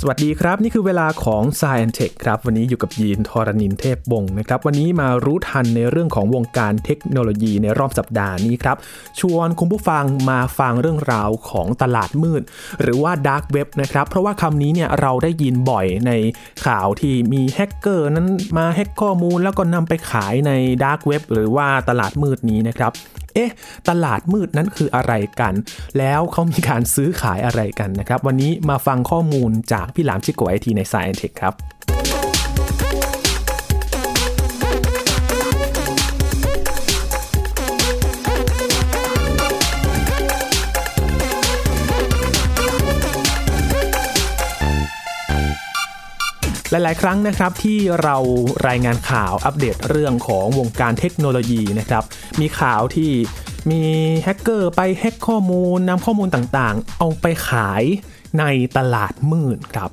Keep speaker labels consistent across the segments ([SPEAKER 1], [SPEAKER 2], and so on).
[SPEAKER 1] สวัสดีครับ นี่คือเวลาของ s c i e n t e c h ครับ วันนี้อยู่กับยีนทรณินเทพบงศ์นะครับ วันนี้มารู้ทันในเรื่องของวงการเทคโนโลยีในรอบสัปดาห์นี้ครับ ชวนคุณผู้ฟังมาฟังเรื่องราวของตลาดมืด หรือว่า Dark Web นะครับ เพราะว่าคำนี้เนี่ยเราได้ยินบ่อยในข่าวที่มีแฮกเกอร์นั้นมาแฮกข้อมูลแล้วก็นำไปขายใน Dark Web หรือว่าตลาดมืดนี้นะครับ เอ๊ะ ตลาดมืดนั้นคืออะไรกัน แล้วเขามีการซื้อขายอะไรกันนะครับ วันนี้มาฟังข้อมูลจากพี่หลามชิโกะไอทีใน s าย n t e c h ครับ หลาย ๆ ครั้งนะครับที่เรารายงานข่าวอัปเดตเรื่องของวงการเทคโนโลยีนะครับ มีข่าวที่มีแฮกเกอร์ไปแฮกข้อมูลนำข้อมูลต่าง ๆ เอาไปขายในตลาดมืดครับ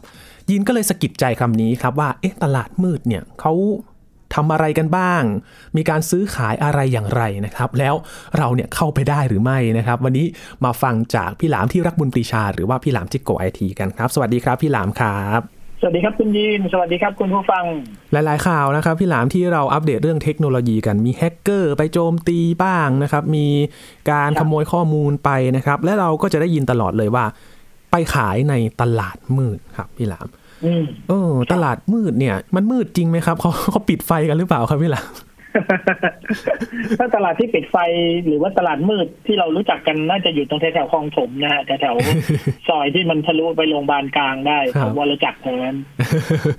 [SPEAKER 1] ยินก็เลยสะกิดใจคำนี้ครับว่า เอ๊ะ ตลาดมืดเนี่ยเขาทำอะไรกันบ้าง มีการซื้อขายอะไรอย่างไรนะครับ แล้วเราเนี่ยเข้าไปได้หรือไม่นะครับ วันนี้มาฟังจากพี่หลามที่รักบุญปรีชา หรือว่าพี่หลามจิกโกไอทีกันครับ สวัสดีครับพี่หลามครับ
[SPEAKER 2] สวัสดีครับคุณยีน สวัสดีครับคุณผู้ฟัง
[SPEAKER 1] หลาย ๆ ข่าวนะครับพี่หลามที่เราอัปเดตเรื่องเทคโนโลยีกันมีแฮกเกอร์ไปโจมตีบ้างนะครับ มีการ
[SPEAKER 2] ครั
[SPEAKER 1] ข
[SPEAKER 2] บ
[SPEAKER 1] โมยข้อมูลไปนะครับ และเราก็จะได้ยินตลอดเลยว่า ไปขายในตลาดมืดครับพี่หลาม
[SPEAKER 2] อืม
[SPEAKER 1] เออตลาดมืดเนี่ย มันมืดจริงไหมครับเขาเขาปิดไฟกันหรือเปล่าครับพี่ห ลาม
[SPEAKER 2] ถ้าตลาดที่ปิดไฟหรือว่าตลาดมืดที่เรารู้จักกันน่าจะอยู่ตรงแถวๆคลองถมนะฮะแถว ๆ ซอยที่มันทะลุไปโรงพยาบาลกลางได้ของวรจักรแท น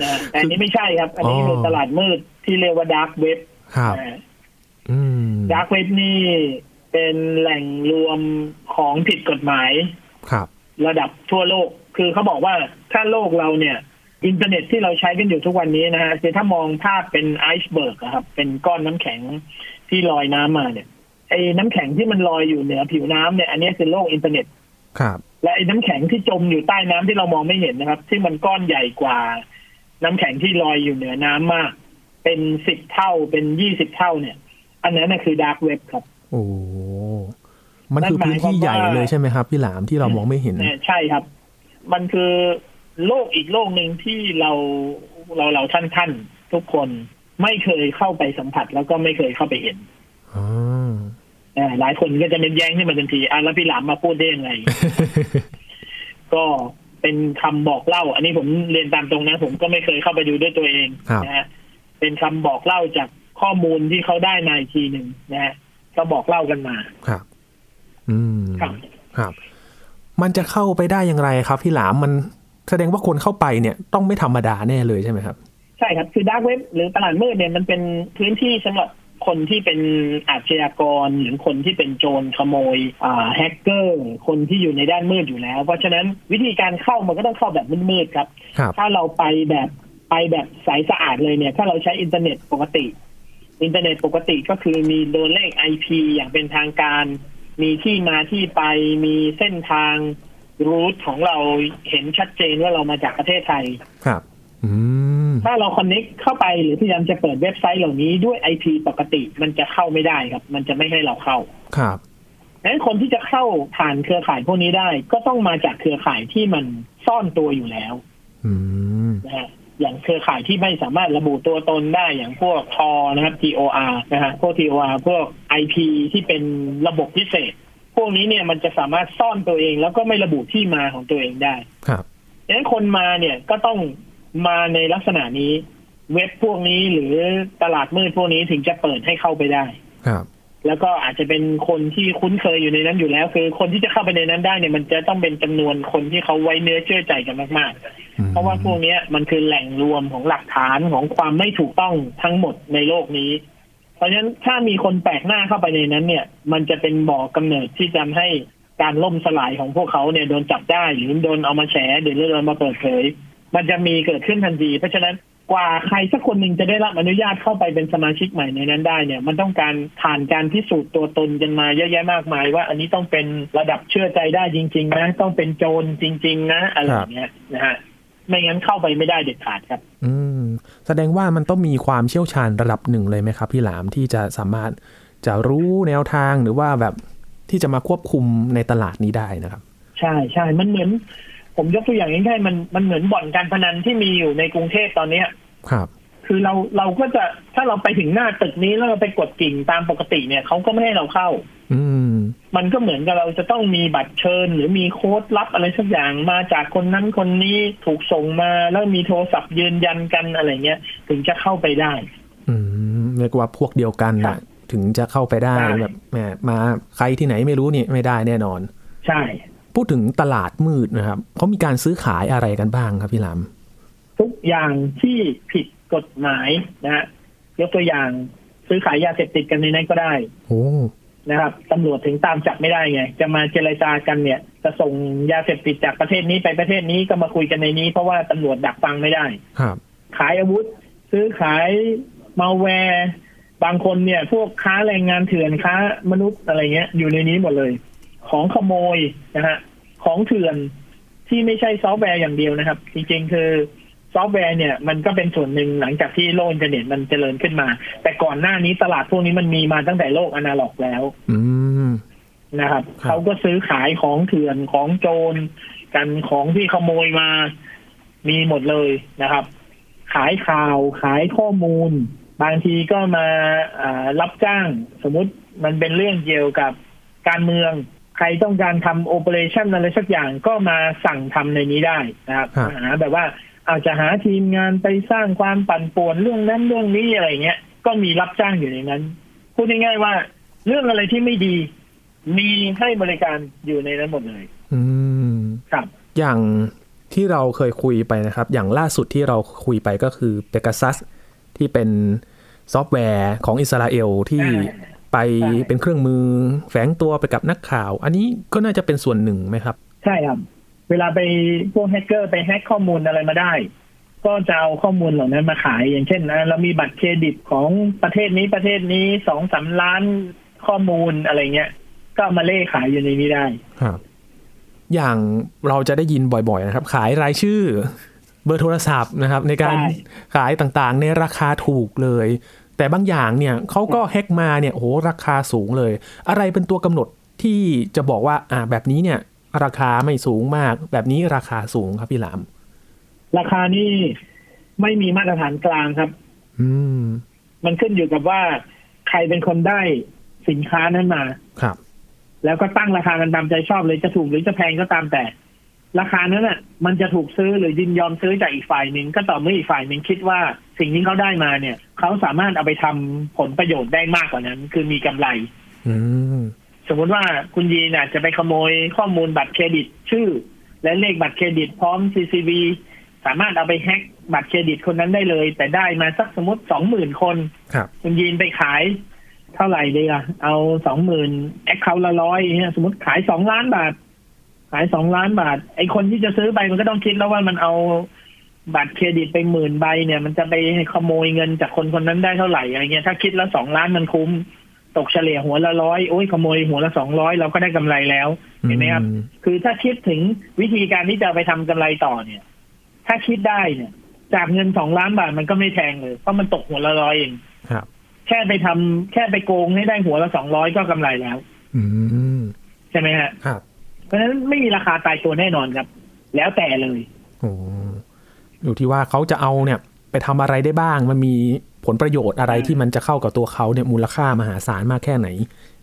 [SPEAKER 2] นะฮะแต่อันนี้ไม่ใช่ครับ อันนี้คือตลาดมืดที่เรียกว่าดาร์กเว็บ
[SPEAKER 1] ครับ อืม
[SPEAKER 2] ดาร์กเว็บนี่เป็นแหล่งรวมของผิดกฎหมาย
[SPEAKER 1] ครับ
[SPEAKER 2] ระดับทั่วโลก คือเขาบอกว่าถ้าโลกเราเนี่ย อินเทอร์เน็ตที่เราใช้กันอยู่ทุกวันนี้นะฮะคือถ้ามองภาพเป็นไอซ์เบิร์กอะครับ เป็นก้อนน้ำแข็งที่ลอยน้ำมาเนี่ย ไอ้น้ำแข็งที่มันลอยอยู่เหนือผิวน้ำเนี่ย อันนี้คือโลกอินเทอร์เน็ต
[SPEAKER 1] ครับ
[SPEAKER 2] และไอ้น้ำแข็งที่จมอยู่ใต้น้ำที่เรามองไม่เห็นนะครับ ที่มันก้อนใหญ่กว่า น้ำแข็งที่ลอยอยู่เหนือน้ำมาก เป็นสิบเท่า เป็นยี่สิบเท่าเนี่ย อันนั้นน่ะคือดาร์กเว็บครับ
[SPEAKER 1] โอ้มันคือพื้นที่ใหญ่เลยใช่ไหมครับพี่หลามที่เรามองไม่เห็น
[SPEAKER 2] เนี่ยใช่ครับ มันคือโลกอีกโลกหนึ่งที่เราเราเราท่านท่านๆทุกคนไม่เคยเข้าไปสัมผัส แล้วก็ไม่เคยเข้าไปเห็น
[SPEAKER 1] อ๋อ
[SPEAKER 2] เอ่อหลายคนก็จะเป็นแย้งขึ้นมาทันทีอ่ะแล้วพี่หลามมาพูดได้ ยังไง ก็เป็นคำบอกเล่า อันนี้ผมเรียนตามตรงนะ ผมก็ไม่เคยเข้าไปดูด้วยตัวเอง
[SPEAKER 1] ครับ
[SPEAKER 2] นะฮะเป็นคำบอกเล่าจากข้อมูลที่เขาได้มาอีกทีหนึ่งนะฮะก็บอกเล่ากันมา
[SPEAKER 1] ครับ อืม
[SPEAKER 2] ครับ
[SPEAKER 1] ครับ มันจะเข้าไปได้อย่างไรครับพี่หลามมันแสดงว่าคนเข้าไปเนี่ยต้องไม่ธรรมดาแน่เลยใช่ไหมครับ
[SPEAKER 2] ใช่ครับ คือดาร์กเว็บหรือตลาดมืดเนี่ยมันเป็นพื้นที่สำหรับคนที่เป็นอาชญากร หรือคนที่เป็นโจรขโมยอ่าแฮกเกอร์ คนที่อยู่ในด้านมืดอยู่แล้ว เพราะฉะนั้นวิธีการเข้ามันก็ต้องเข้าแบบมืดๆครับ
[SPEAKER 1] ครับ
[SPEAKER 2] ถ้าเราไปแบบไปแบบใสายสะอาดเลยเนี่ย ถ้าเราใช้อินเทอร์เน็ตปกติ อินเทอร์เน็ตปกติก็คือมีตัวเลข IP อย่างเป็นทางการ มีที่มาที่ไปมีเส้นทางรูทของเราเห็นชัดเจนว่าเรามาจากประเทศไทย
[SPEAKER 1] ครับ อืม
[SPEAKER 2] ถ้าเราคอนเน็กเข้าไปหรือพยายามจะเปิดเว็บไซต์เหล่านี้ด้วย IP ปกติมันจะเข้าไม่ได้ครับ มันจะไม่ให้เราเข้า
[SPEAKER 1] ครับ
[SPEAKER 2] ดังนั้นคนที่จะเข้าผ่านเครือข่ายพวกนี้ได้ ก็ต้องมาจากเครือข่ายที่มันซ่อนตัวอยู่แล้ว
[SPEAKER 1] อืม
[SPEAKER 2] นะฮะอย่างเครือข่ายที่ไม่สามารถระบุตัวตนได้อย่างพวก Tor นะครับ TOR นะฮะพวก TOR พวก IP ที่เป็นระบบพิเศษ พวกนี้เนี่ยมันจะสามารถซ่อนตัวเอง แล้วก็ไม่ระบุที่มาของตัวเองได้
[SPEAKER 1] ครับ
[SPEAKER 2] ดังนั้นคนมาเนี่ยก็ต้องมาในลักษณะนี้ เว็บพวกนี้หรือตลาดมืดพวกนี้ถึงจะเปิดให้เข้าไปได้
[SPEAKER 1] ครับ
[SPEAKER 2] แล้วก็อาจจะเป็นคนที่คุ้นเคยอยู่ในนั้นอยู่แล้ว คือคนที่จะเข้าไปในนั้นได้เนี่ยมันจะต้องเป็นจำนวนคนที่เขาไว้เนื้อเชื่อใจกันมาก
[SPEAKER 1] อืม
[SPEAKER 2] ๆ เพราะว่าพวกเนี้ยมันคือแหล่งรวมของหลักฐานของความไม่ถูกต้องทั้งหมดในโลกนี้ เพราะฉะนั้นถ้ามีคนแปลกหน้าเข้าไปในนั้นเนี่ย มันจะเป็นบ่อกำเนิดที่จะทำให้การล่มสลายของพวกเขาเนี่ยโดนจับได้หรือโดนเอามาแฉหรือโดนมาเปิดเผย มันจะมีเกิดขึ้นทันที เพราะฉะนั้นกว่าใครสักคนหนึ่งจะได้รับอนุญาตเข้าไปเป็นสมาชิกใหม่ในนั้นได้เนี่ย มันต้องการผ่านการพิสูจน์ตัวตนกันมาเยอะแยะมากมาย ว่าอันนี้ต้องเป็นระดับเชื่อใจได้จริง ๆ นะ ต้องเป็นโจรจริง ๆ นะอะไรอย่างเงี้ยนะฮะไม่งั้นเข้าไปไม่ได้เด็ดขาดครับ
[SPEAKER 1] อืม แสดงว่ามันต้องมีความเชี่ยวชาญระดับหนึ่งเลยไหมครับ พี่หลามที่จะสามารถจะรู้แนวทางหรือว่าแบบที่จะมาควบคุมในตลาดนี้ได้นะครับ
[SPEAKER 2] ใช่ใช่ มันเหมือน ผมยกตัวอย่างง่ายๆมันมันเหมือนบ่อนการพนันที่มีอยู่ในกรุงเทพตอนเนี้ย
[SPEAKER 1] ครับ
[SPEAKER 2] คือเราเราก็จะถ้าเราไปถึงหน้าตึกนี้แล้วเราไปกดกิ่งตามปกติเนี่ยเขาก็ไม่ให้เราเข้า
[SPEAKER 1] อืม
[SPEAKER 2] มันก็เหมือนกับเราจะต้องมีบัตรเชิญ หรือมีโค้ดลับอะไรสักอย่างมาจากคนนั้นคนนี้ถูกส่งมาแล้วมีโทรศัพท์ยืนยันกันอะไรเงี้ย ถึงจะเข้าไปได้
[SPEAKER 1] อืมเรียกว่าพวกเดียวกัน
[SPEAKER 2] ครั
[SPEAKER 1] น่ะ
[SPEAKER 2] บ
[SPEAKER 1] ถึงจะเข้าไปได้
[SPEAKER 2] ใช่
[SPEAKER 1] แบบแหมมาใครที่ไหนไม่รู้นี่ไม่ได้แน่นอน
[SPEAKER 2] ใช่
[SPEAKER 1] พูดถึงตลาดมืดนะครับเขามีการซื้อขายอะไรกันบ้างครับพี่หลาม
[SPEAKER 2] ทุกอย่างที่ผิดกฎหมายนะฮะยกตัวอย่างซื้อขายยาเสพติดกันในนั้นก็ได้
[SPEAKER 1] โอ้
[SPEAKER 2] นะครับตำรวจถึงตามจับไม่ได้ไง จะมาเจรจากันเนี่ย จะส่งยาเสพติดจากประเทศนี้ไปประเทศนี้ก็มาคุยกันในนี้ เพราะว่าตำรวจดักฟังไม่ได้
[SPEAKER 1] ครับ
[SPEAKER 2] ขายอาวุธ ซื้อขายมาแวร์บางคนเนี่ย พวกค้าแรงงานเถื่อนค้ามนุษย์อะไรเงี้ย อยู่ในนี้หมดเลย ของขโมยนะฮะของเถื่อนที่ไม่ใช่ซอฟต์แวร์อย่างเดียวนะครับ จริงๆ คือซอฟต์แวร์เนี่ย มันก็เป็นส่วนหนึ่งหลังจากที่โลกอินเทอร์เน็ตมันเจริญขึ้นมา แต่ก่อนหน้านี้ตลาดพวกนี้มันมีมาตั้งแต่โลกอนาล็อกแล้ว
[SPEAKER 1] อืม
[SPEAKER 2] นะครับ
[SPEAKER 1] ครับ
[SPEAKER 2] เขาก็ซื้อขายของเถื่อนของโจรกันของที่ขโมยมามีหมดเลยนะครับ ขายข่าวขายข้อมูล บางทีก็มาอ่ารับจ้าง สมมติมันเป็นเรื่องเกี่ยวกับการเมือง ใครต้องการทำโอเปอเรชันอะไรสักอย่างก็มาสั่งทำในนี้ได้นะครับ
[SPEAKER 1] ครับ
[SPEAKER 2] หาแบบว่าอาจจะหาทีมงานไปสร้างความปั่นป่วนเรื่องนั้นเรื่องนี้อะไรเงี้ยก็มีรับจ้างอยู่ในนั้น พูดง่ายๆว่า เรื่องอะไรที่ไม่ดี มีให้บริการอยู่ในนั้นหมดเลย
[SPEAKER 1] อืม
[SPEAKER 2] ครับ
[SPEAKER 1] อย่างที่เราเคยคุยไปนะครับ อย่างล่าสุดที่เราคุยไปก็คือ Pegasus ที่เป็นซอฟต์แวร์ของอิสราเอลที่
[SPEAKER 2] อ่า
[SPEAKER 1] ไป
[SPEAKER 2] ใช่
[SPEAKER 1] เป็นเครื่องมือแฝงตัวไปกับนักข่าว อันนี้ก็น่าจะเป็นส่วนหนึ่งไหมครับ
[SPEAKER 2] ใช่ครับ เวลาไปพวกแฮกเกอร์ไปแฮกข้อมูลอะไรมาได้ ก็จะเอาข้อมูลเหล่านั้นมาขาย อย่างเช่นนะเรามีบัตรเครดิตของประเทศนี้ประเทศนี้สองสามล้านข้อมูลอะไรเงี้ย ก็เอามาเล่ขายอยู่ในนี้ได้
[SPEAKER 1] ครับอย่างเราจะได้ยินบ่อยๆนะครับ ขายรายชื่อเบอร์โทรศัพท์นะครับ ในการ
[SPEAKER 2] ใช่
[SPEAKER 1] ขายต่างๆ ในราคาถูกเลย แต่บางอย่างเนี่ยเขาก็แฮกมาเนี่ยโอ้โหราคาสูงเลย อะไรเป็นตัวกำหนดที่จะบอกว่าอ่าแบบนี้เนี่ย ราคาไม่สูงมาก แบบนี้ราคาสูงครับพี่หลาม
[SPEAKER 2] ราคานี่ไม่มีมาตรฐานกลางครับ
[SPEAKER 1] อืม
[SPEAKER 2] มันขึ้นอยู่กับว่าใครเป็นคนได้สินค้านั้นมา
[SPEAKER 1] ครับ
[SPEAKER 2] แล้วก็ตั้งราคากันตามใจชอบเลยจะถูกหรือจะแพงก็ตามแต่ ราคานั้นน่ะ มันจะถูกซื้อหรือยินยอมซื้อจากอีกฝ่ายหนึ่งก็ต่อเมื่ออีกฝ่ายหนึ่งคิดว่าสิ่งที่เขาได้มาเนี่ยเขาสามารถเอาไปทำผลประโยชน์ได้มากกว่านั้น คือมีกำไร
[SPEAKER 1] อืม
[SPEAKER 2] สมมุติว่าคุณยีน่ะจะไปขโมยข้อมูลบัตรเครดิตชื่อ และเลขบัตรเครดิตพร้อม CCV สามารถเอาไปแฮ็กบัตรเครดิตคนนั้นได้เลย แต่ได้มาสักสมมติสองหมื่นคน
[SPEAKER 1] ครับ
[SPEAKER 2] คุณยีนไปขายเท่าไหร่ดีล่ะ เอาสองหมื่นแอคเคาท์ละร้อยางเงี้ยสมมติขายสองล้านบาท ขายสองล้านบาท ไอคนที่จะซื้อไปมันก็ต้องคิดแล้วว่ามันเอาบัตรเครดิตไปหมื่นใบเนี่ย มันจะไปขโมยเงินจากคนคนนั้นได้เท่าไหร่อะไรเงี้ยถ้าคิดแล้วสองล้านมันคุ้ม ตกเฉลี่ยหัวละร้อยโอ้ยขโมยหัวละสองร้อยเราก็ได้กำไรแล้ว เห็นไหมครับ
[SPEAKER 1] อื
[SPEAKER 2] คือถ้าคิดถึงวิธีการที่จะเอาไปทำกำไรต่อเนี่ย ถ้าคิดได้เนี่ย จากเงินสองล้านบาทมันก็ไม่แพงเลยเพราะมันตกหัวละร้อยเอง
[SPEAKER 1] ครับ
[SPEAKER 2] แค่ไปทำแค่ไปโกงให้ได้หัวละสองร้อยก็กำไรแล้ว
[SPEAKER 1] อืม
[SPEAKER 2] ใช่ไหมฮะ
[SPEAKER 1] ครับ
[SPEAKER 2] เพราะฉะนั้นไม่มีราคาตายตัวแน่นอนครับ แล้วแต่เลย
[SPEAKER 1] โอ้อยู่ที่ว่าเขาจะเอาเนี่ย ไปทำอะไรได้บ้าง มันมีผลประโยชน์อะไร
[SPEAKER 2] ใช่
[SPEAKER 1] ที่มันจะเข้ากับตัวเขาเนี่ยมูลค่ามหาศาลมากแค่ไหน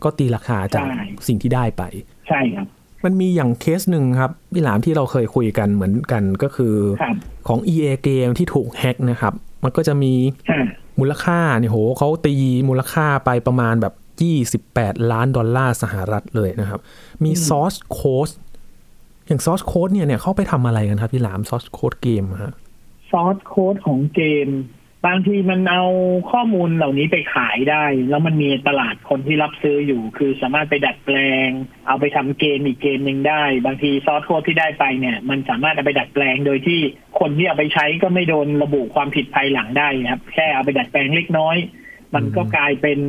[SPEAKER 1] ก็ตีราคาจาก
[SPEAKER 2] ใช่
[SPEAKER 1] สิ่งที่ได้ไป
[SPEAKER 2] ใช่ครับ
[SPEAKER 1] มันมีอย่างเคสหนึ่งครับพี่หลามที่เราเคยคุยกันเหมือนกันก็คือ
[SPEAKER 2] ครับ
[SPEAKER 1] ของ EA เกมที่ถูกแฮ็กนะครับ มันก็จะมี
[SPEAKER 2] อ่า
[SPEAKER 1] มูลค่าเนี่ยโหเขาตีมูลค่าไปประมาณแบบ 28 ล้านดอลลาร์สหรัฐเลยนะครับ มีซอสโค้ดอย่างซอสโค้ดเนี่ยเนี่ยเขาไปทำอะไรกันครับพี่หลามซอสโค้ดเกมฮะ
[SPEAKER 2] ซอสโค้ดของเกม บางทีมันเอาข้อมูลเหล่านี้ไปขายได้ แล้วมันมีตลาดคนที่รับซื้ออยู่ คือสามารถไปดัดแปลง เอาไปทำเกมอีกเกมหนึ่งได้ บางทีซอสโค้ดที่ได้ไปเนี่ย มันสามารถเอาไปดัดแปลงโดยที่คนที่เอาไปใช้ก็ไม่โดนระบุความผิดภายหลังได้นะครับ แค่เอาไปดัดแปลงเล็กน้อย มันก็กลายเป็น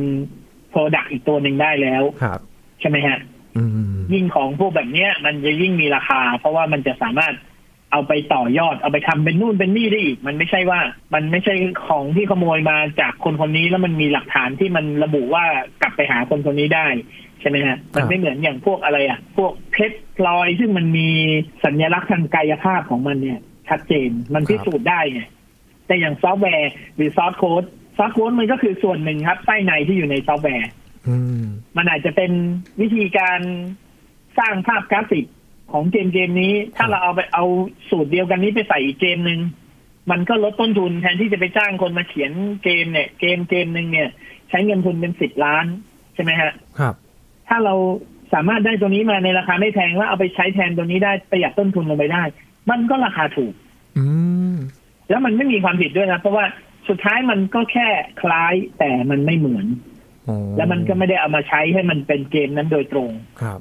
[SPEAKER 2] โปรดักอีกตัวหนึ่งได้แล้ว
[SPEAKER 1] ครับ
[SPEAKER 2] ใช่ไหมฮะ
[SPEAKER 1] อืม
[SPEAKER 2] ยิ่งของพวกแบบเนี้ย มันจะยิ่งมีราคา เพราะว่ามันจะสามารถเอาไปต่อยอดเอาไปทำเป็นนู่นเป็นนี่ได้อีก มันไม่ใช่ว่า มันไม่ใช่ของที่ขโมยมาจากคนคนนี้แล้วมันมีหลักฐานที่มันระบุว่ากลับไปหาคนคนนี้ได้ ใช่ไหมฮะ
[SPEAKER 1] ครับ
[SPEAKER 2] มันไม่เหมือนอย่างพวกอะไรอ่ะ พวกเพชรพลอยซึ่งมันมีสัญลักษณ์ทางกายภาพของมันเนี่ย ชัดเจนมันพิสูจน์ได้ไงแต่อย่างซอฟต์แวร์หรือซอฟต์โค้ดซอฟต์โค้ดมันก็คือส่วนหนึ่งครับใต้ในที่อยู่ในซอฟต์แวร์
[SPEAKER 1] อืม
[SPEAKER 2] มันอาจจะเป็นวิธีการสร้างภาพกราฟิกของเกมเกมนี้ ถ้าเราเอาไปเอาสูตรเดียวกันนี้ไปใส่อีกเกมหนึ่งมันก็ลดต้นทุนแทนที่จะไปจ้างคนมาเขียนเกมเนี่ย เกมเกมหนึ่งเนี่ย ใช้เงินทุนเป็นสิบล้านใช่ไหมฮะ
[SPEAKER 1] ครับ
[SPEAKER 2] ถ้าเราสามารถได้ตัวนี้มาในราคาไม่แพงแล้วเอาไปใช้แทนตัวนี้ได้ประหยัดต้นทุนลงไปได้ มันก็ราคาถูก
[SPEAKER 1] อืม
[SPEAKER 2] แล้วมันไม่มีความผิดด้วยนะเพราะว่าสุดท้ายมันก็แค่คล้ายแต่มันไม่เหมือน
[SPEAKER 1] อ๋อ
[SPEAKER 2] แล้วมันก็ไม่ได้เอามาใช้ให้มันเป็นเกมนั้นโดยตรง
[SPEAKER 1] ครับ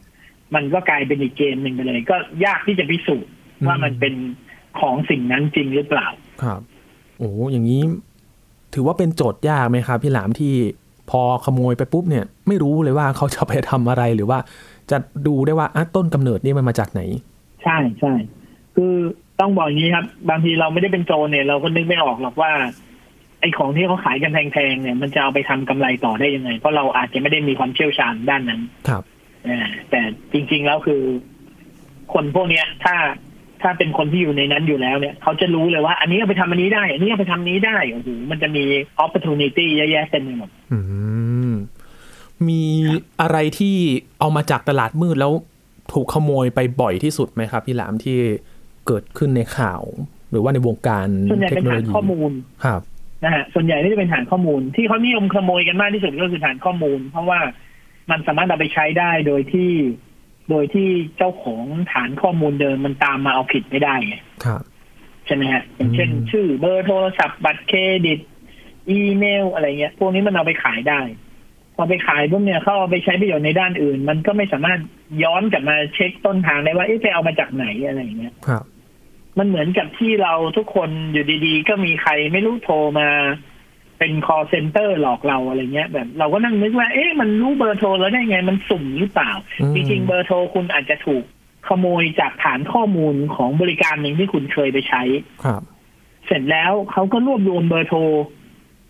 [SPEAKER 2] มันก็กลายเป็นอีกเกมหนึ่งไปเลย ก็ยากที่จะพิสูจน์
[SPEAKER 1] อืม
[SPEAKER 2] ว่ามันเป็นของสิ่งนั้นจริงหรือเปล่า
[SPEAKER 1] ครับ โอ้อย่างนี้ ถือว่าเป็นโจทย์ยากไหมครับ พี่หลามที่พอขโมยไปปุ๊บเนี่ย ไม่รู้เลยว่าเขาจะไปทำอะไรหรือว่า จะดูได้ว่าอ่ะต้นกำเนิดนี่มันมาจากไหน
[SPEAKER 2] ใช่ใช่คือต้องบอกอย่างนี้ครับ บางทีเราไม่ได้เป็นโจรเนี่ย เราก็นึกไม่ออกหรอกว่า ไอ้ของที่เขาขายกันแพงๆเนี่ย มันจะเอาไปทำกำไรต่อได้ยังไง เพราะเราอาจจะไม่ได้มีความเชี่ยวชาญด้านนั้น
[SPEAKER 1] ครับ
[SPEAKER 2] อ่าแต่จริงๆแล้วคือ คนพวกเนี้ย ถ้าถ้าเป็นคนที่อยู่ในนั้นอยู่แล้วเนี่ยเขาจะรู้เลยว่า อันนี้เอาไปทำอันนี้ได้ อันนี้เอาไปทำนี้ได้โอ้โหมันจะมี opportunity เยอะแยะเต็มไปหมด
[SPEAKER 1] อืม มีอะไรที่เอามาจากตลาดมืดแล้วถูกขโมยไปบ่อยที่สุดไหมครับ พี่หลามที่เกิดขึ้นในข่าว หรือว่าในวงการ
[SPEAKER 2] ส่วนใหญ่
[SPEAKER 1] เท
[SPEAKER 2] เป็
[SPEAKER 1] คน โน
[SPEAKER 2] ฐา
[SPEAKER 1] โล
[SPEAKER 2] น
[SPEAKER 1] ยี
[SPEAKER 2] ข้อมูล
[SPEAKER 1] ครับ
[SPEAKER 2] นะฮะส่วนใหญ่นี่จะเป็นฐานข้อมูล ที่เขานิยมขโมยกันมากที่สุดก็คือฐานข้อมูล เพราะว่ามันสามารถเอาไปใช้ได้โดยที่ โดยที่เจ้าของฐานข้อมูลเดิมมันตามมาเอาผิดไม่ได้ไง
[SPEAKER 1] ครับ
[SPEAKER 2] ใช่ไหมฮะอย่างเช่น
[SPEAKER 1] อืม
[SPEAKER 2] ชื่อเบอร์โทรศัพท์บัตรเครดิต อีเมลอะไรเงี้ย พวกนี้มันเอาไปขายได้ พอไปขายปุ๊บเนี่ยเขาเอาไปใช้ประโยชน์ในด้านอื่น มันก็ไม่สามารถย้อนกลับมาเช็คต้นทางได้ว่าเอ๊ะไปเอามาจากไหนอะไรอย่างเงี้ย
[SPEAKER 1] ครับ
[SPEAKER 2] มันเหมือนกับที่เราทุกคนอยู่ดีๆ ก็มีใครไม่รู้โทรมาเป็น call center หลอกเราอะไรเงี้ย แบบ เราก็นั่งนึกว่า เอ๊ะมันรู้เบอร์โทรแล้วได้ไง มันสุ่มหรือเปล่า
[SPEAKER 1] อืม
[SPEAKER 2] จริงๆเบอร์โทรคุณอาจจะถูกขโมยจากฐานข้อมูลของบริการหนึ่งที่คุณเคยไปใช้
[SPEAKER 1] ครับ
[SPEAKER 2] เสร็จแล้วเขาก็รวบรวมเบอร์โทร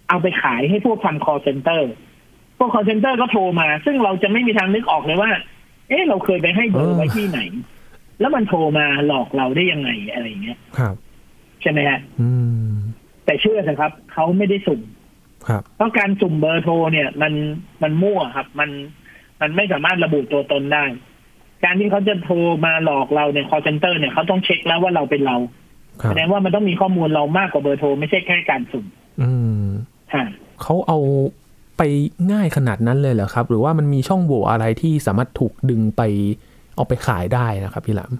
[SPEAKER 2] เอาไปขายให้พวกทำ call center พวก call center ก็โทรมา ซึ่งเราจะไม่มีทางนึกออกเลยว่า เอ๊ะ เราเคยไปให้เบอร์ไว้ที่ไหน แล้วมันโทรมาหลอกเราได้ยังไงอะไรอย่างเงี้ย
[SPEAKER 1] ครับ
[SPEAKER 2] ใช่ไหมฮะ
[SPEAKER 1] อืม
[SPEAKER 2] แต่เชื่อเถอะครับ เขาไม่ได้สุ่ม
[SPEAKER 1] ครับ
[SPEAKER 2] เพราะการสุ่มเบอร์โทรเนี่ย มันมันมั่วครับ มันมันไม่สามารถระบุตัวตนได้ การที่เขาจะโทรมาหลอกเราเนี่ย call center เนี่ยเขาต้องเช็คแล้วว่าเราเป็นเรา
[SPEAKER 1] ครั
[SPEAKER 2] แส
[SPEAKER 1] บ
[SPEAKER 2] ดงว่ามันต้องมีข้อมูลเรามากกว่าเบอร์โทรไม่ใช่แค่การสุ่ม
[SPEAKER 1] อืม
[SPEAKER 2] ฮะ
[SPEAKER 1] เขาเอาไปง่ายขนาดนั้นเลยเหรอครับ หรือว่ามันมีช่องโหว่อะไรที่สามารถถูกดึงไปเอาไปขายได้นะครับพี่หลาม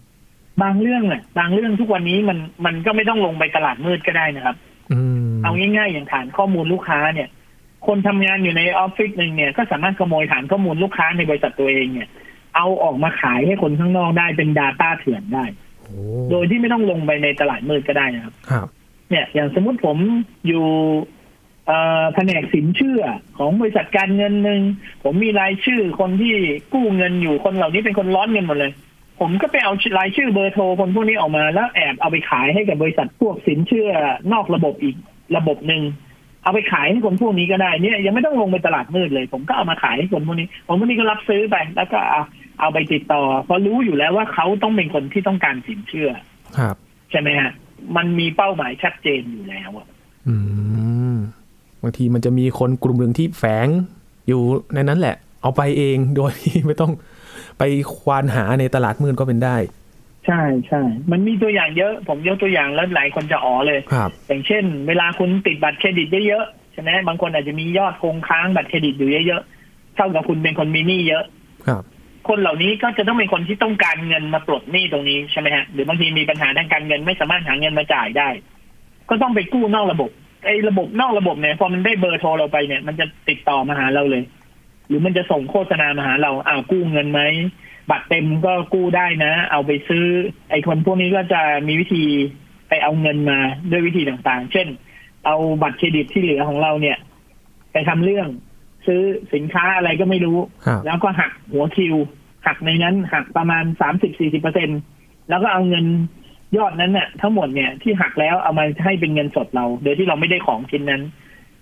[SPEAKER 2] บางเรื่องน่ะบางเรื่องทุกวันนี้มันมันก็ไม่ต้องลงไปตลาดมืดก็ได้นะครับ
[SPEAKER 1] อืม
[SPEAKER 2] เอาง่ายๆอย่างฐานข้อมูลลูกค้าเนี่ย คนทำงานอยู่ในออฟฟิศหนึ่งเนี่ยก็สามารถขโมยฐานข้อมูลลูกค้าในบริษัทตัวเองเนี่ย เอาออกมาขายให้คนข้างนอกได้เป็น Data เถื่อนได้
[SPEAKER 1] โอ้
[SPEAKER 2] โดยที่ไม่ต้องลงไปในตลาดมืดก็ได้นะครับ
[SPEAKER 1] ครับ
[SPEAKER 2] เนี่ยอย่างสมมติผมอยู่เอ่อแผนกสินเชื่อของบริษัทการเงินหนึ่งผมมีรายชื่อคนที่กู้เงินอยู่คนเหล่านี้เป็นคนร้อนเงินหมดเลย ผมก็ไปเอารายชื่อเบอร์โทรคนพวกนี้ออกมาแล้วแอบเอาไปขายให้กับบริษัทพวกสินเชื่อนอกระบบอีกระบบหนึ่งเอาไปขายให้คนพวกนี้ก็ได้เนี่ยยังไม่ต้องลงไปตลาดมืดเลย ผมก็เอามาขายให้คนพวกนี้คนพวกนี้ก็รับซื้อไป แล้วก็เอาเอาไปติดต่อเพราะรู้อยู่แล้วว่าเขาต้องเป็นคนที่ต้องการสินเชื่อ
[SPEAKER 1] ครับ
[SPEAKER 2] ใช่ไหมฮะ มันมีเป้าหมายชัดเจนอยู่แล้วอะ
[SPEAKER 1] อืม บางทีมันจะมีคนกลุ่มหนึ่งที่แฝงอยู่ในนั้นแหละ เอาไปเองโดยที่ไม่ต้องไปควานหาในตลาดมืดก็เป็นได้
[SPEAKER 2] ใช่ใช่ มันมีตัวอย่างเยอะ ผมยกตัวอย่างแล้วหลายคนจะอ๋อเลย
[SPEAKER 1] ครับ
[SPEAKER 2] อย่างเช่น เวลาคุณติดบัตรเครดิตเยอะๆใช่ไหมบางคนอาจจะมียอดคงค้างบัตรเครดิตอยู่เยอะๆ เท่ากับคุณเป็นคนมีหนี้เยอะ
[SPEAKER 1] ครับ
[SPEAKER 2] คนเหล่านี้ก็จะต้องเป็นคนที่ต้องการเงินมาปลดหนี้ตรงนี้ใช่ไหมฮะ หรือบางทีมีปัญหาทางการเงินไม่สามารถหาเงินมาจ่ายได้ ก็ต้องไปกู้นอกระบบ ไอ้ระบบนอกระบบเนี่ยพอมันได้เบอร์โทรเราไปเนี่ย มันจะติดต่อมาหาเราเลย หรือมันจะส่งโฆษณามาหาเราอ้าวกู้เงินไหม บัตรเต็มก็กู้ได้นะ เอาไปซื้อ ไอ้คนพวกนี้ก็จะมีวิธีไปเอาเงินมาด้วยวิธีต่างๆ เช่น เอาบัตรเครดิตที่เหลือของเราเนี่ย ไปทำเรื่องซื้อสินค้าอะไรก็ไม่รู้
[SPEAKER 1] ครับ
[SPEAKER 2] แล้วก็หักหัวคิว หักในนั้นหักประมาณสามสิบสี่สิบเปอร์เซ็นแล้วก็เอาเงินยอดนั้นน่ะ ทั้งหมดเนี่ยที่หักแล้วเอามาให้เป็นเงินสดเรา โดยที่เราไม่ได้ของชิ้นนั้น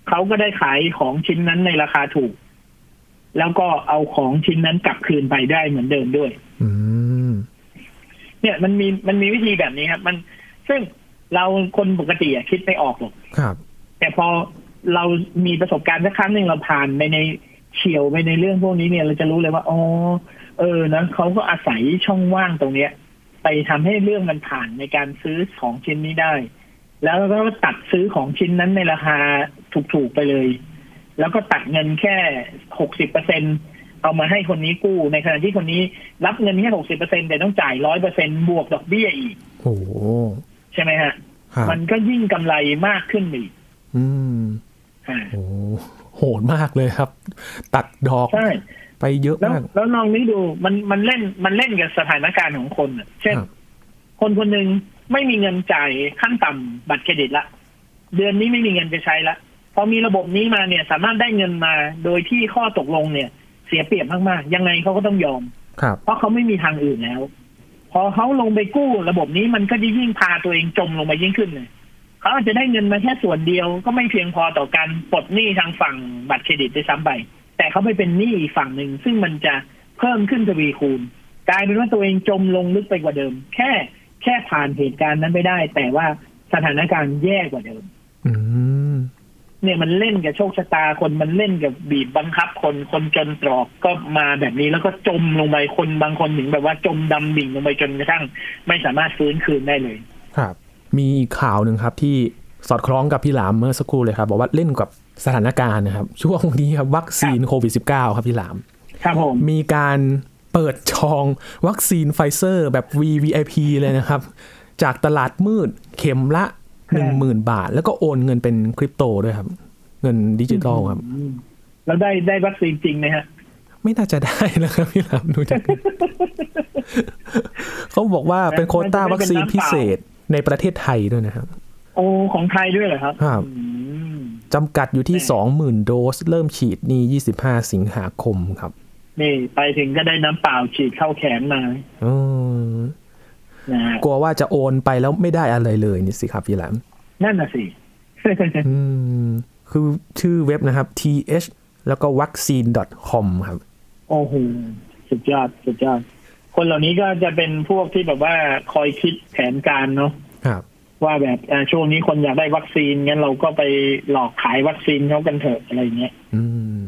[SPEAKER 2] เขาก็ได้ขายของชิ้นนั้นในราคาถูก แล้วก็เอาของชิ้นนั้นกลับคืนไปได้เหมือนเดิมด้วย
[SPEAKER 1] อืม
[SPEAKER 2] เนี่ยมันมีมันมีวิธีแบบนี้ครับมันซึ่งเราคนปกติอะคิดไม่ออกหรอก
[SPEAKER 1] ครับ
[SPEAKER 2] แต่พอเรามีประสบการณ์สักครั้งหนึ่งเราผ่านไปในเฉียวไปในเรื่องพวกนี้เนี่ยเราจะรู้เลยว่าอ๋อเออนะเขาก็อาศัยช่องว่างตรงเนี้ย ไปทำให้เรื่องมันผ่านในการซื้อของชิ้นนี้ได้ แล้วก็ตัดซื้อของชิ้นนั้นในราคาถูกๆไปเลย แล้วก็ตัดเงินแค่หกสิบเปอร์เซ็นเอามาให้คนนี้กู้ ในขณะที่คนนี้รับเงินแค่หกสิบเปอร์เซ็นแต่ต้องจ่ายร้อยเปอร์เซ็นบวกดอกเบี้ยอีก
[SPEAKER 1] โอ้โห
[SPEAKER 2] ใช่ไหมฮะ
[SPEAKER 1] ครับ
[SPEAKER 2] มันก็ยิ่งกำไรมากขึ้นอีก
[SPEAKER 1] อืม
[SPEAKER 2] อ่า
[SPEAKER 1] โอ้โหโหดมากเลยครับ ตัดดอก
[SPEAKER 2] ใช่
[SPEAKER 1] ไปเยอะ
[SPEAKER 2] แล้ว
[SPEAKER 1] มาก
[SPEAKER 2] แล้วลองนึกดูมันมันเล่นมันเล่นกับสถานการณ์ของคนน่ะเช่น
[SPEAKER 1] ครับ
[SPEAKER 2] คนคนหนึ่งไม่มีเงินจ่ายขั้นต่ำบัตรเครดิตละเดือนนี้ไม่มีเงินจะใช้ละพอมีระบบนี้มาเนี่ยสามารถได้เงินมาโดยที่ข้อตกลงเนี่ย เสียเปรียบมากๆ ยังไงเขาก็ต้องยอม
[SPEAKER 1] ครับ
[SPEAKER 2] เพราะเขาไม่มีทางอื่นแล้ว พอเขาลงไปกู้ระบบนี้มันก็จะยิ่งพาตัวเองจมลงไปยิ่งขึ้นเลยเขาอาจจะได้เงินมาแค่ส่วนเดียวก็ไม่เพียงพอต่อการปลดหนี้ทางฝั่งบัตรเครดิตด้วยซ้ำไปแต่เขาไปเป็นหนี้อีกฝั่งหนึ่งซึ่งมันจะเพิ่มขึ้นทวีคูณ กลายเป็นว่าตัวเองจมลงลึกไปกว่าเดิม แค่แค่ผ่านเหตุการณ์นั้นไปได้ แต่ว่าสถานการณ์แย่กว่าเดิม
[SPEAKER 1] อืม
[SPEAKER 2] เนี่ยมันเล่นกับโชคชะตาคนมันเล่นกับบีบบังคับคนคนจนตรอกก็มาแบบนี้แล้วก็จมลงไปคนบางคนถึงแบบว่าจมดำดิ่งลงไปจนกระทั่ง ไม่สามารถฟื้นคืนได้เลย
[SPEAKER 1] ครับ มีอีกข่าวหนึ่งครับที่สอดคล้องกับพี่หลามเมื่อสักครู่เลยครับ บอกว่าเล่นกับสถานการณ์นะครับ ช่วงนี้ครับวัคซีนโควิด -19 ครับพี่หลาม
[SPEAKER 2] ครับผม
[SPEAKER 1] มีการเปิดจองวัคซีนไฟเซอร์แบบ VVIP เลยนะครับ จากตลาดมืดเข็มละ 10,000 บาท แล้วก็โอนเงินเป็นคริปโตด้วยครับ เงินดิจิตอลครับ
[SPEAKER 2] แล้วได้ได้วัคซีนจริงไหมฮะ
[SPEAKER 1] ไม่น่าจะได้นะครับพี่หลามดู จาก เขาบอกว่าเป็นโควต้าวัคซีนพิเศษในประเทศไทยด้วยนะครับ
[SPEAKER 2] โอของไทยด้วยเหรอครับ
[SPEAKER 1] ครับ
[SPEAKER 2] อืม
[SPEAKER 1] จำกัดอยู่ที่ 20,000 โดส เริ่มฉีดนี่ 25 สิงหาคมครับ
[SPEAKER 2] นี่ไปถึงก็ได้น้ำเปล่าฉีดเข้าแขนมา
[SPEAKER 1] เออ
[SPEAKER 2] นะฮะ
[SPEAKER 1] กลัวว่าจะโอนไปแล้วไม่ได้อะไรเลยนี่สิครับพี่หลาม
[SPEAKER 2] นั่นน่ะสิ
[SPEAKER 1] อืม คือชื่อเว็บนะครับ th แล้วก็ vaccine com ครับ
[SPEAKER 2] โอ้โหสุดยอดสุดยอด คนเหล่านี้ก็จะเป็นพวกที่แบบว่าคอยคิดแผนการเนาะ
[SPEAKER 1] ครับ
[SPEAKER 2] ว่าแบบอ่าช่วงนี้คนอยากได้วัคซีนงั้นเราก็ไปหลอกขายวัคซีนเขากันเถอะอะไรเงี้ย
[SPEAKER 1] อืม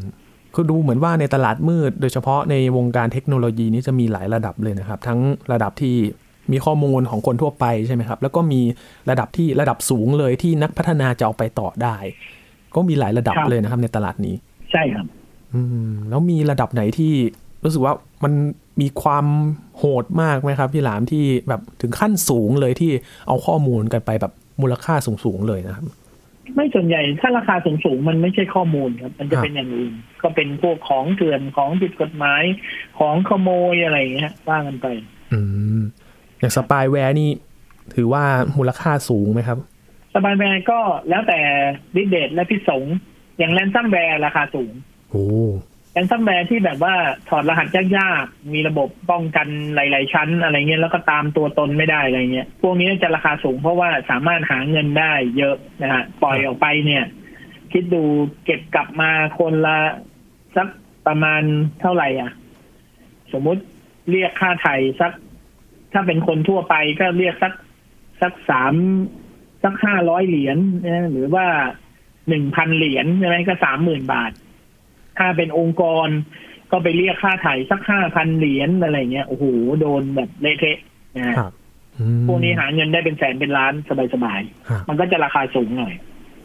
[SPEAKER 1] คือดูเหมือนว่าในตลาดมืด โดยเฉพาะในวงการเทคโนโลยีนี้จะมีหลายระดับเลยนะครับ ทั้งระดับที่มีข้อมูลของคนทั่วไปใช่ไหมครับ แล้วก็มีระดับที่ระดับสูงเลยที่นักพัฒนาจะเอาไปต่อได้ ก็มีหลายระดับเลยนะครับ ในตลาดนี้
[SPEAKER 2] ใช่ครับ
[SPEAKER 1] อืม แล้วมีระดับไหนที่รู้สึกว่ามันมีความโหดมากไหมครับ พี่หลามที่แบบถึงขั้นสูงเลยที่เอาข้อมูลกันไปแบบมูลค่าสูงๆเลยนะครับ
[SPEAKER 2] ไม่ส่วนใหญ่ถ้าราคาสูงสูงๆมันไม่ใช่ข้อมูลครับ มันจะ
[SPEAKER 1] ครับ
[SPEAKER 2] เป็นอย่างอื่นก็เป็นพวกของเถื่อนของผิดกฎหมายของขโมยอะไรเงี้ยว่ากันไป
[SPEAKER 1] อืมอย่างสปายแวร์นี่ถือว่ามูลค่าสูงไหมครับ
[SPEAKER 2] สบายแวร์ก็แล้วแต่ดิเดตและพิสงฆ์อย่างแรนซัมแวร์ราคาสูง
[SPEAKER 1] โอ้
[SPEAKER 2] แอนซัมแวร์ที่แบบว่าถอดรหัสยากๆ มีระบบป้องกันหลายๆชั้นอะไรเงี้ยแล้วก็ตามตัวตนไม่ได้อะไรเงี้ย พวกนี้จะราคาสูงเพราะว่าสามารถหาเงินได้เยอะนะฮะปล่อยออกไปเนี่ย คิดดูเก็บกลับมาคนละสักประมาณเท่าไหร่อ่ะ สมมุติเรียกค่าไถ่สัก ถ้าเป็นคนทั่วไปก็เรียกสักสักสามสักห้าร้อยเหรียญนะหรือว่าหนึ่งพันเหรียญใช่ไหมก็สามหมื่นบาท ถ้าเป็นองค์กร ก็ไปเรียกค่าไถ่สักห้าพันเหรียญอะไรเงี้ยโอ้โหโดนแบบเละเทะนะฮะ
[SPEAKER 1] ครับอืม
[SPEAKER 2] พวกนี้หาเงินได้เป็นแสนเป็นล้านสบาย
[SPEAKER 1] ครับ
[SPEAKER 2] ๆมันก็จะราคาสูงหน่อย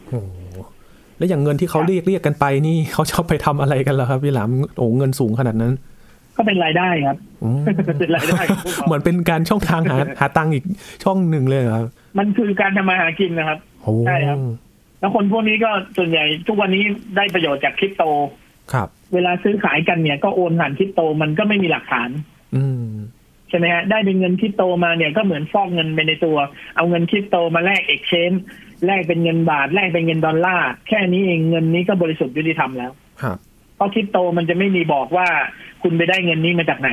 [SPEAKER 1] โอ้แล้วอย่างเงินที่เขาเรียกเรียกกันไปนี่ เขาชอบไปทำอะไรกันล่ะครับพี่หลามโอ้เงินสูงขนาดนั้น
[SPEAKER 2] ก็เป็นรายได้ครับ
[SPEAKER 1] อืม
[SPEAKER 2] เป็นรายได้ของพวกเขา
[SPEAKER 1] เหมือนเป็นการช่องทางหาหาตังค์อีกช่องหนึ่งเลยเหรอครับ
[SPEAKER 2] มันคือการทำมาหากินนะครับ
[SPEAKER 1] โอ้
[SPEAKER 2] ใช่ครับ แล้วคนพวกนี้ก็ส่วนใหญ่ทุกวันนี้ได้ประโยชน์จากคริปโต
[SPEAKER 1] ครับ
[SPEAKER 2] เวลาซื้อขายกันเนี่ยก็โอนผ่านคริปโตมันก็ไม่มีหลักฐาน
[SPEAKER 1] อืม
[SPEAKER 2] ใช่ไหมฮะได้เป็นเงินคริปโตมาเนี่ยก็เหมือนฟอกเงินไปในตัว เอาเงินคริปโตมาแลกเอกชแนแลกเป็นเงินบาทแลกเป็นเงินดอลลาร์แค่นี้เองเงินนี้ก็บริสุทธิ์ยุติธรรมแล้ว
[SPEAKER 1] ครับ
[SPEAKER 2] เพราะคริปโตมันจะไม่มีบอกว่าคุณไปได้เงินนี้มาจากไหน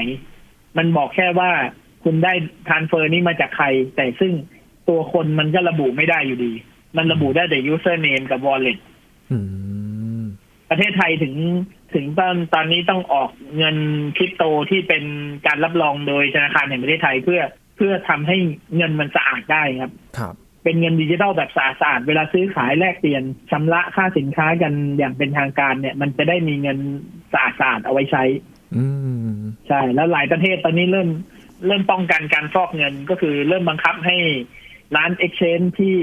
[SPEAKER 2] มันบอกแค่ว่าคุณได้ทรานสเฟอร์นี้มาจากใคร แต่ซึ่งตัวคนมันก็ระบุไม่ได้อยู่ดี มันระบุได้แต่ username กับ wallet
[SPEAKER 1] อืม
[SPEAKER 2] ประเทศไทยถึงถึงตอนตอนนี้ต้องออกเงินคริปโตที่เป็นการรับรองโดยธนาคารแห่งประเทศไทยเพื่อเพื่อทำให้เงินมันสะอาดได้ครับ
[SPEAKER 1] ครับ
[SPEAKER 2] เป็นเงินดิจิทัลแบบสะอาดๆเวลาซื้อขายแลกเปลี่ยนชำระค่าสินค้ากันอย่างเป็นทางการเนี่ย มันจะได้มีเงินสะอาดๆเอาไว้ใช้
[SPEAKER 1] อืม
[SPEAKER 2] ใช่ แล้วหลายประเทศตอนนี้เริ่มเริ่มป้องกันการฟอกเงินก็คือเริ่มบังคับให้ร้าน Exchange ที่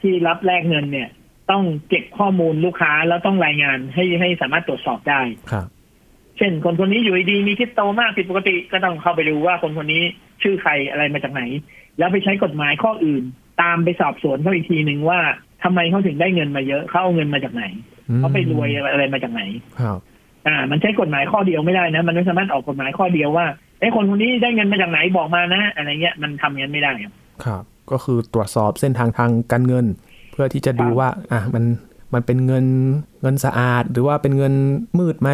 [SPEAKER 2] ที่รับแลกเงินเนี่ย ต้องเก็บข้อมูลลูกค้าแล้วต้องรายงานให้ให้สามารถตรวจสอบได้
[SPEAKER 1] ครับ
[SPEAKER 2] เช่น คนคนนี้อยู่ดีๆมีคริปโตมากผิดปกติก็ต้องเข้าไปดูว่าคนคนนี้ชื่อใครอะไรมาจากไหน แล้วไปใช้กฎหมายข้ออื่น ตามไปสอบสวนเขาอีกทีหนึ่งว่าทำไมเขาถึงได้เงินมาเยอะเขาเอาเงินมาจากไหน
[SPEAKER 1] อืม
[SPEAKER 2] เขาไปรวยอะไรมาจากไหน
[SPEAKER 1] ครับ
[SPEAKER 2] อ่า มันใช้กฎหมายข้อเดียวไม่ได้นะ มันไม่สามารถออกกฎหมายข้อเดียวว่าไอ้ยคนคนนี้ได้เงินมาจากไหนบอกมานะ อะไรเงี้ยมันทำอย่างนั้นไม่ได้ครับ
[SPEAKER 1] ครับ ก็คือตรวจสอบเส้นทางทางการเงิน เพื่อที่จะดู
[SPEAKER 2] ครับ
[SPEAKER 1] ว่าอ่ะมันมันเป็นเงินเงินสะอาด หรือว่าเป็นเงินมืดไหม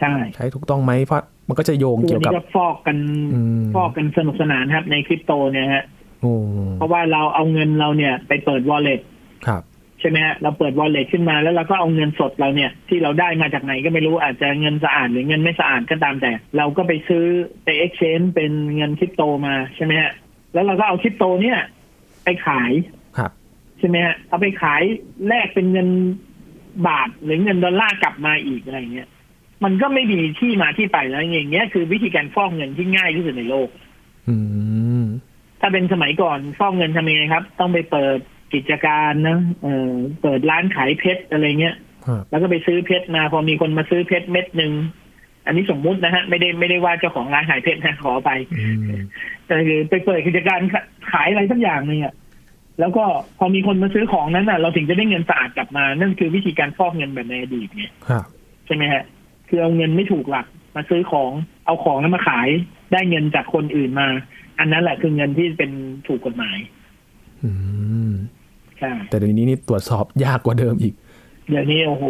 [SPEAKER 2] ใช่
[SPEAKER 1] ใช้ถูกต้องไหมเพราะมันก็จะโยง
[SPEAKER 2] ตั
[SPEAKER 1] เกี่
[SPEAKER 2] ว
[SPEAKER 1] ยว
[SPEAKER 2] นี้
[SPEAKER 1] กับ
[SPEAKER 2] ก็ฟอกกัน
[SPEAKER 1] อืม
[SPEAKER 2] ฟอกกันสนุกสนานครับในคริปโตเนี่ยฮะ
[SPEAKER 1] โอ้
[SPEAKER 2] เพราะว่าเราเอาเงินเราเนี่ยไปเปิด wallet
[SPEAKER 1] ครับ
[SPEAKER 2] ใช่ไหมฮะเราเปิด wallet ขึ้นมาแล้วเราก็เอาเงินสดเราเนี่ย ที่เราได้มาจากไหนก็ไม่รู้อาจจะเงินสะอาดหรือเงินไม่สะอาดก็ตามแต่ เราก็ไปซื้อไป exchange เป็นเงินคริปโตมาใช่ไหมฮะแล้วเราก็เอาคริปโตเนี่ยไปขาย
[SPEAKER 1] ครับ
[SPEAKER 2] ใช่ไหมฮะเอาไปขายแลกเป็นเงินบาทหรือเงินดอลลาร์กลับมาอีกอะไรเงี้ย มันก็ไม่มีที่มาที่ไปแล้วอย่างเงี้ยคือวิธีการฟอกเงินที่ง่ายที่สุดในโลก
[SPEAKER 1] อืม
[SPEAKER 2] ถ้าเป็นสมัยก่อนฟอกเงินทำยังไงครับ ต้องไปเปิดกิจการนะเออเปิดร้านขายเพชรอะไรเงี้ย
[SPEAKER 1] ครับ
[SPEAKER 2] แล้วก็ไปซื้อเพชรมาพอมีคนมาซื้อเพชรเม็ดหนึ่งอันนี้สมมุตินะฮะไม่ได้ไม่ได้ว่าเจ้าของร้านขายเพชรนะขอไป
[SPEAKER 1] อืม
[SPEAKER 2] แต่คือไปเปิดกิจการขายอะไรสักอย่างหนึ่งอะแล้วก็พอมีคนมาซื้อของนั้นน่ะ เราถึงจะได้เงินสะอาดกลับมา นั่นคือวิธีการฟอกเงินแบบในอดีตเนี่ย
[SPEAKER 1] ครับ
[SPEAKER 2] ใช่ไหมฮะ คือเอาเงินไม่ถูกหลักมาซื้อของ เอาของแล้วมาขาย ได้เงินจากคนอื่นมา อันนั้นแหละคือเงินที่เป็นถูกกฎหมาย
[SPEAKER 1] อืม
[SPEAKER 2] ใช่
[SPEAKER 1] แต่เดี๋ยวนี้นี่ตรวจสอบยากกว่าเดิมอีก
[SPEAKER 2] เดี๋ยวนี้โอ้โห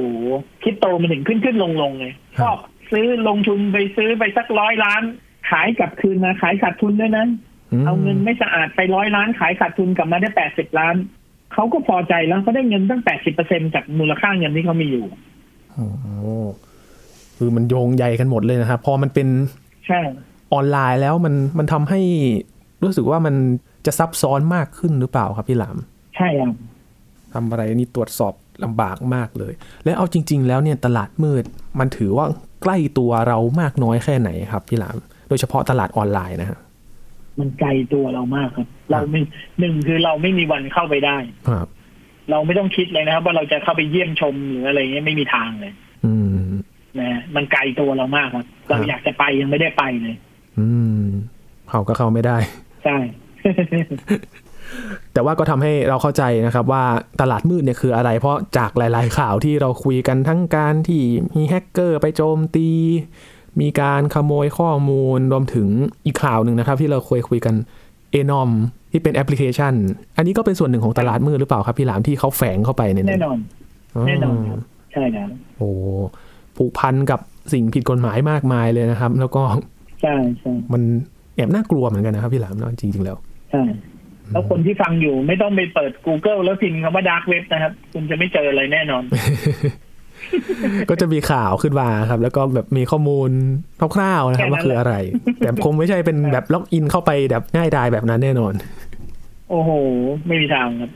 [SPEAKER 2] คริปโตมันถึงขึ้นขึ้นลงลงไง
[SPEAKER 1] ค
[SPEAKER 2] ช
[SPEAKER 1] รับ
[SPEAKER 2] อบซื้อลงทุนไปซื้อไปสักร้อยล้าน ขายกลับคืนมาขายขาดทุนด้วยนะ
[SPEAKER 1] ม
[SPEAKER 2] เอาเงินไม่สะอาดไปร้อยล้านขายขาดทุนกลับมาได้แปดสิบล้าน เขาก็พอใจแล้วเขาได้เงินตั้งแปดสิบเปอร์เซ็นจากมูลค่าเงินที่เขามีอยู่
[SPEAKER 1] โอ้โหคือมันโยงใยกันหมดเลยนะครับ พอมันเป็น
[SPEAKER 2] ใช่
[SPEAKER 1] ออนไลน์แล้วมันมันทำให้รู้สึกว่ามันจะซับซ้อนมากขึ้นหรือเปล่าครับพี่หลาม
[SPEAKER 2] ใช่ครับ
[SPEAKER 1] ทำอะไรนี่ตรวจสอบลำบากมากเลย และเอาจริง ๆ แล้วเนี่ยตลาดมืดมันถือว่าใกล้ตัวเรามากน้อยแค่ไหนครับพี่หลาม โดยเฉพาะตลาดออนไลน์นะฮะ
[SPEAKER 2] มันไกลตัวเรามากครับ เราไม่หนึ่งคือเราไม่มีวันเข้าไปได้
[SPEAKER 1] ครับ
[SPEAKER 2] เราไม่ต้องคิดเลยนะครับ ว่าเราจะเข้าไปเยี่ยมชมหรืออะไรเงี้ยไม่มีทางเลย
[SPEAKER 1] อืม
[SPEAKER 2] นะฮะมันไกลตัวเรามากครับ เรา
[SPEAKER 1] ครับ
[SPEAKER 2] อยากจะไปยังไม่ได้ไปเลย
[SPEAKER 1] อืมเขาก็เข้าไม่ได้
[SPEAKER 2] ใช่
[SPEAKER 1] แต่ว่าก็ทำให้เราเข้าใจนะครับว่าตลาดมืดเนี่ยคืออะไร เพราะจากหลาย ๆ ข่าวที่เราคุยกันทั้งการที่มีแฮกเกอร์ไปโจมตี มีการขโมยข้อมูลรวมถึงอีกข่าวหนึ่งนะครับ ที่เราเคยคุยกันเอนอมที่เป็นแอปพลิเคชัน อันนี้ก็เป็นส่วนหนึ่งของตลาดมืดหรือเปล่าครับพี่หลามที่เขาแฝงเข้าไปใน
[SPEAKER 2] แน่นอน แน่นอนครับ บ ใช่แล้ว
[SPEAKER 1] โอ้ผูกพันกับสิ่งผิดกฎหมายมากมายเลยนะครับ แล้วก็
[SPEAKER 2] ใช่ใช่
[SPEAKER 1] มันแอบน่ากลัวเหมือนกันนะครับพี่หลามเนาะจริง ๆ แล้ว
[SPEAKER 2] ใช่ แล้วคนที่ฟังอยู่ไม่ต้องไปเปิด Google แล้วพิมพ์คำว่าดาร์กเว็บนะครับ คุณจะไม่เจออะไรแน่นอน
[SPEAKER 1] ก็จะมีข่าวขึ้นมาครับ แล้วก็แบบมีข้อมูลคร่าวๆนะครับ
[SPEAKER 2] แค่นั้น
[SPEAKER 1] ว่าคืออะไร แต่คงไม่ใช่เป็นแบบล็อกอินเข้าไปแบบง่ายดายแบบนั้นแน่นอน
[SPEAKER 2] โอ้โห ไม่มีทางครับ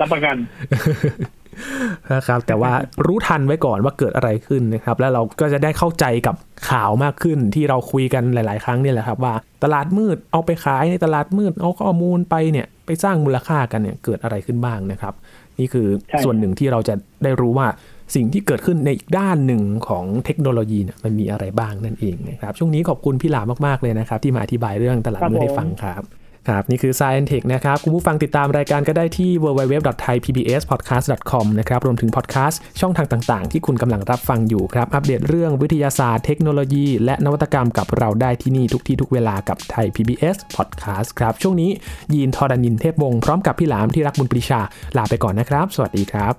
[SPEAKER 2] รับประกัน
[SPEAKER 1] นะครับ แต่ว่ารู้ทันไว้ก่อนว่าเกิดอะไรขึ้นนะครับ แล้วเราก็จะได้เข้าใจกับข่าวมากขึ้นที่เราคุยกันหลาย ๆ ครั้งเนี่ยแหละครับ ว่าตลาดมืดเอาไปขายในตลาดมืดเอาข้อมูลไปเนี่ยไปสร้างมูลค่ากันเนี่ยเกิดอะไรขึ้นบ้างนะครับ นี่คือ
[SPEAKER 2] ใช่ครับ
[SPEAKER 1] ส่วนหนึ่งที่เราจะได้รู้ว่าสิ่งที่เกิดขึ้นในอีกด้านหนึ่งของเทคโนโลยีเนี่ยมันมีอะไรบ้างนั่นเองนะครับ ช่วงนี้ขอบคุณพี่หลามากๆเลยนะครับ ที่มาอธิบายเรื่องตลาดมืดให้ฟังครับ ครับ นี่คือ Science Tech นะครับ คุณผู้ฟังติดตามรายการก็ได้ที่ www.thaipbspodcast.com นะครับ รวมถึงพอดแคสต์ช่องทางต่างๆ ที่คุณกำลังรับฟังอยู่ครับ อัปเดตเรื่องวิทยาศาสตร์เทคโนโลยี และนวัตกรรมกับเราได้ที่นี่ทุกที่ทุกเวลากับไทย PBS Podcast ครับ ช่วงนี้ยีนทอรานินเทพวงศ์พร้อมกับพี่หลามที่รักบุญปรีชา ลาไปก่อนนะครับ สวัสดีครับ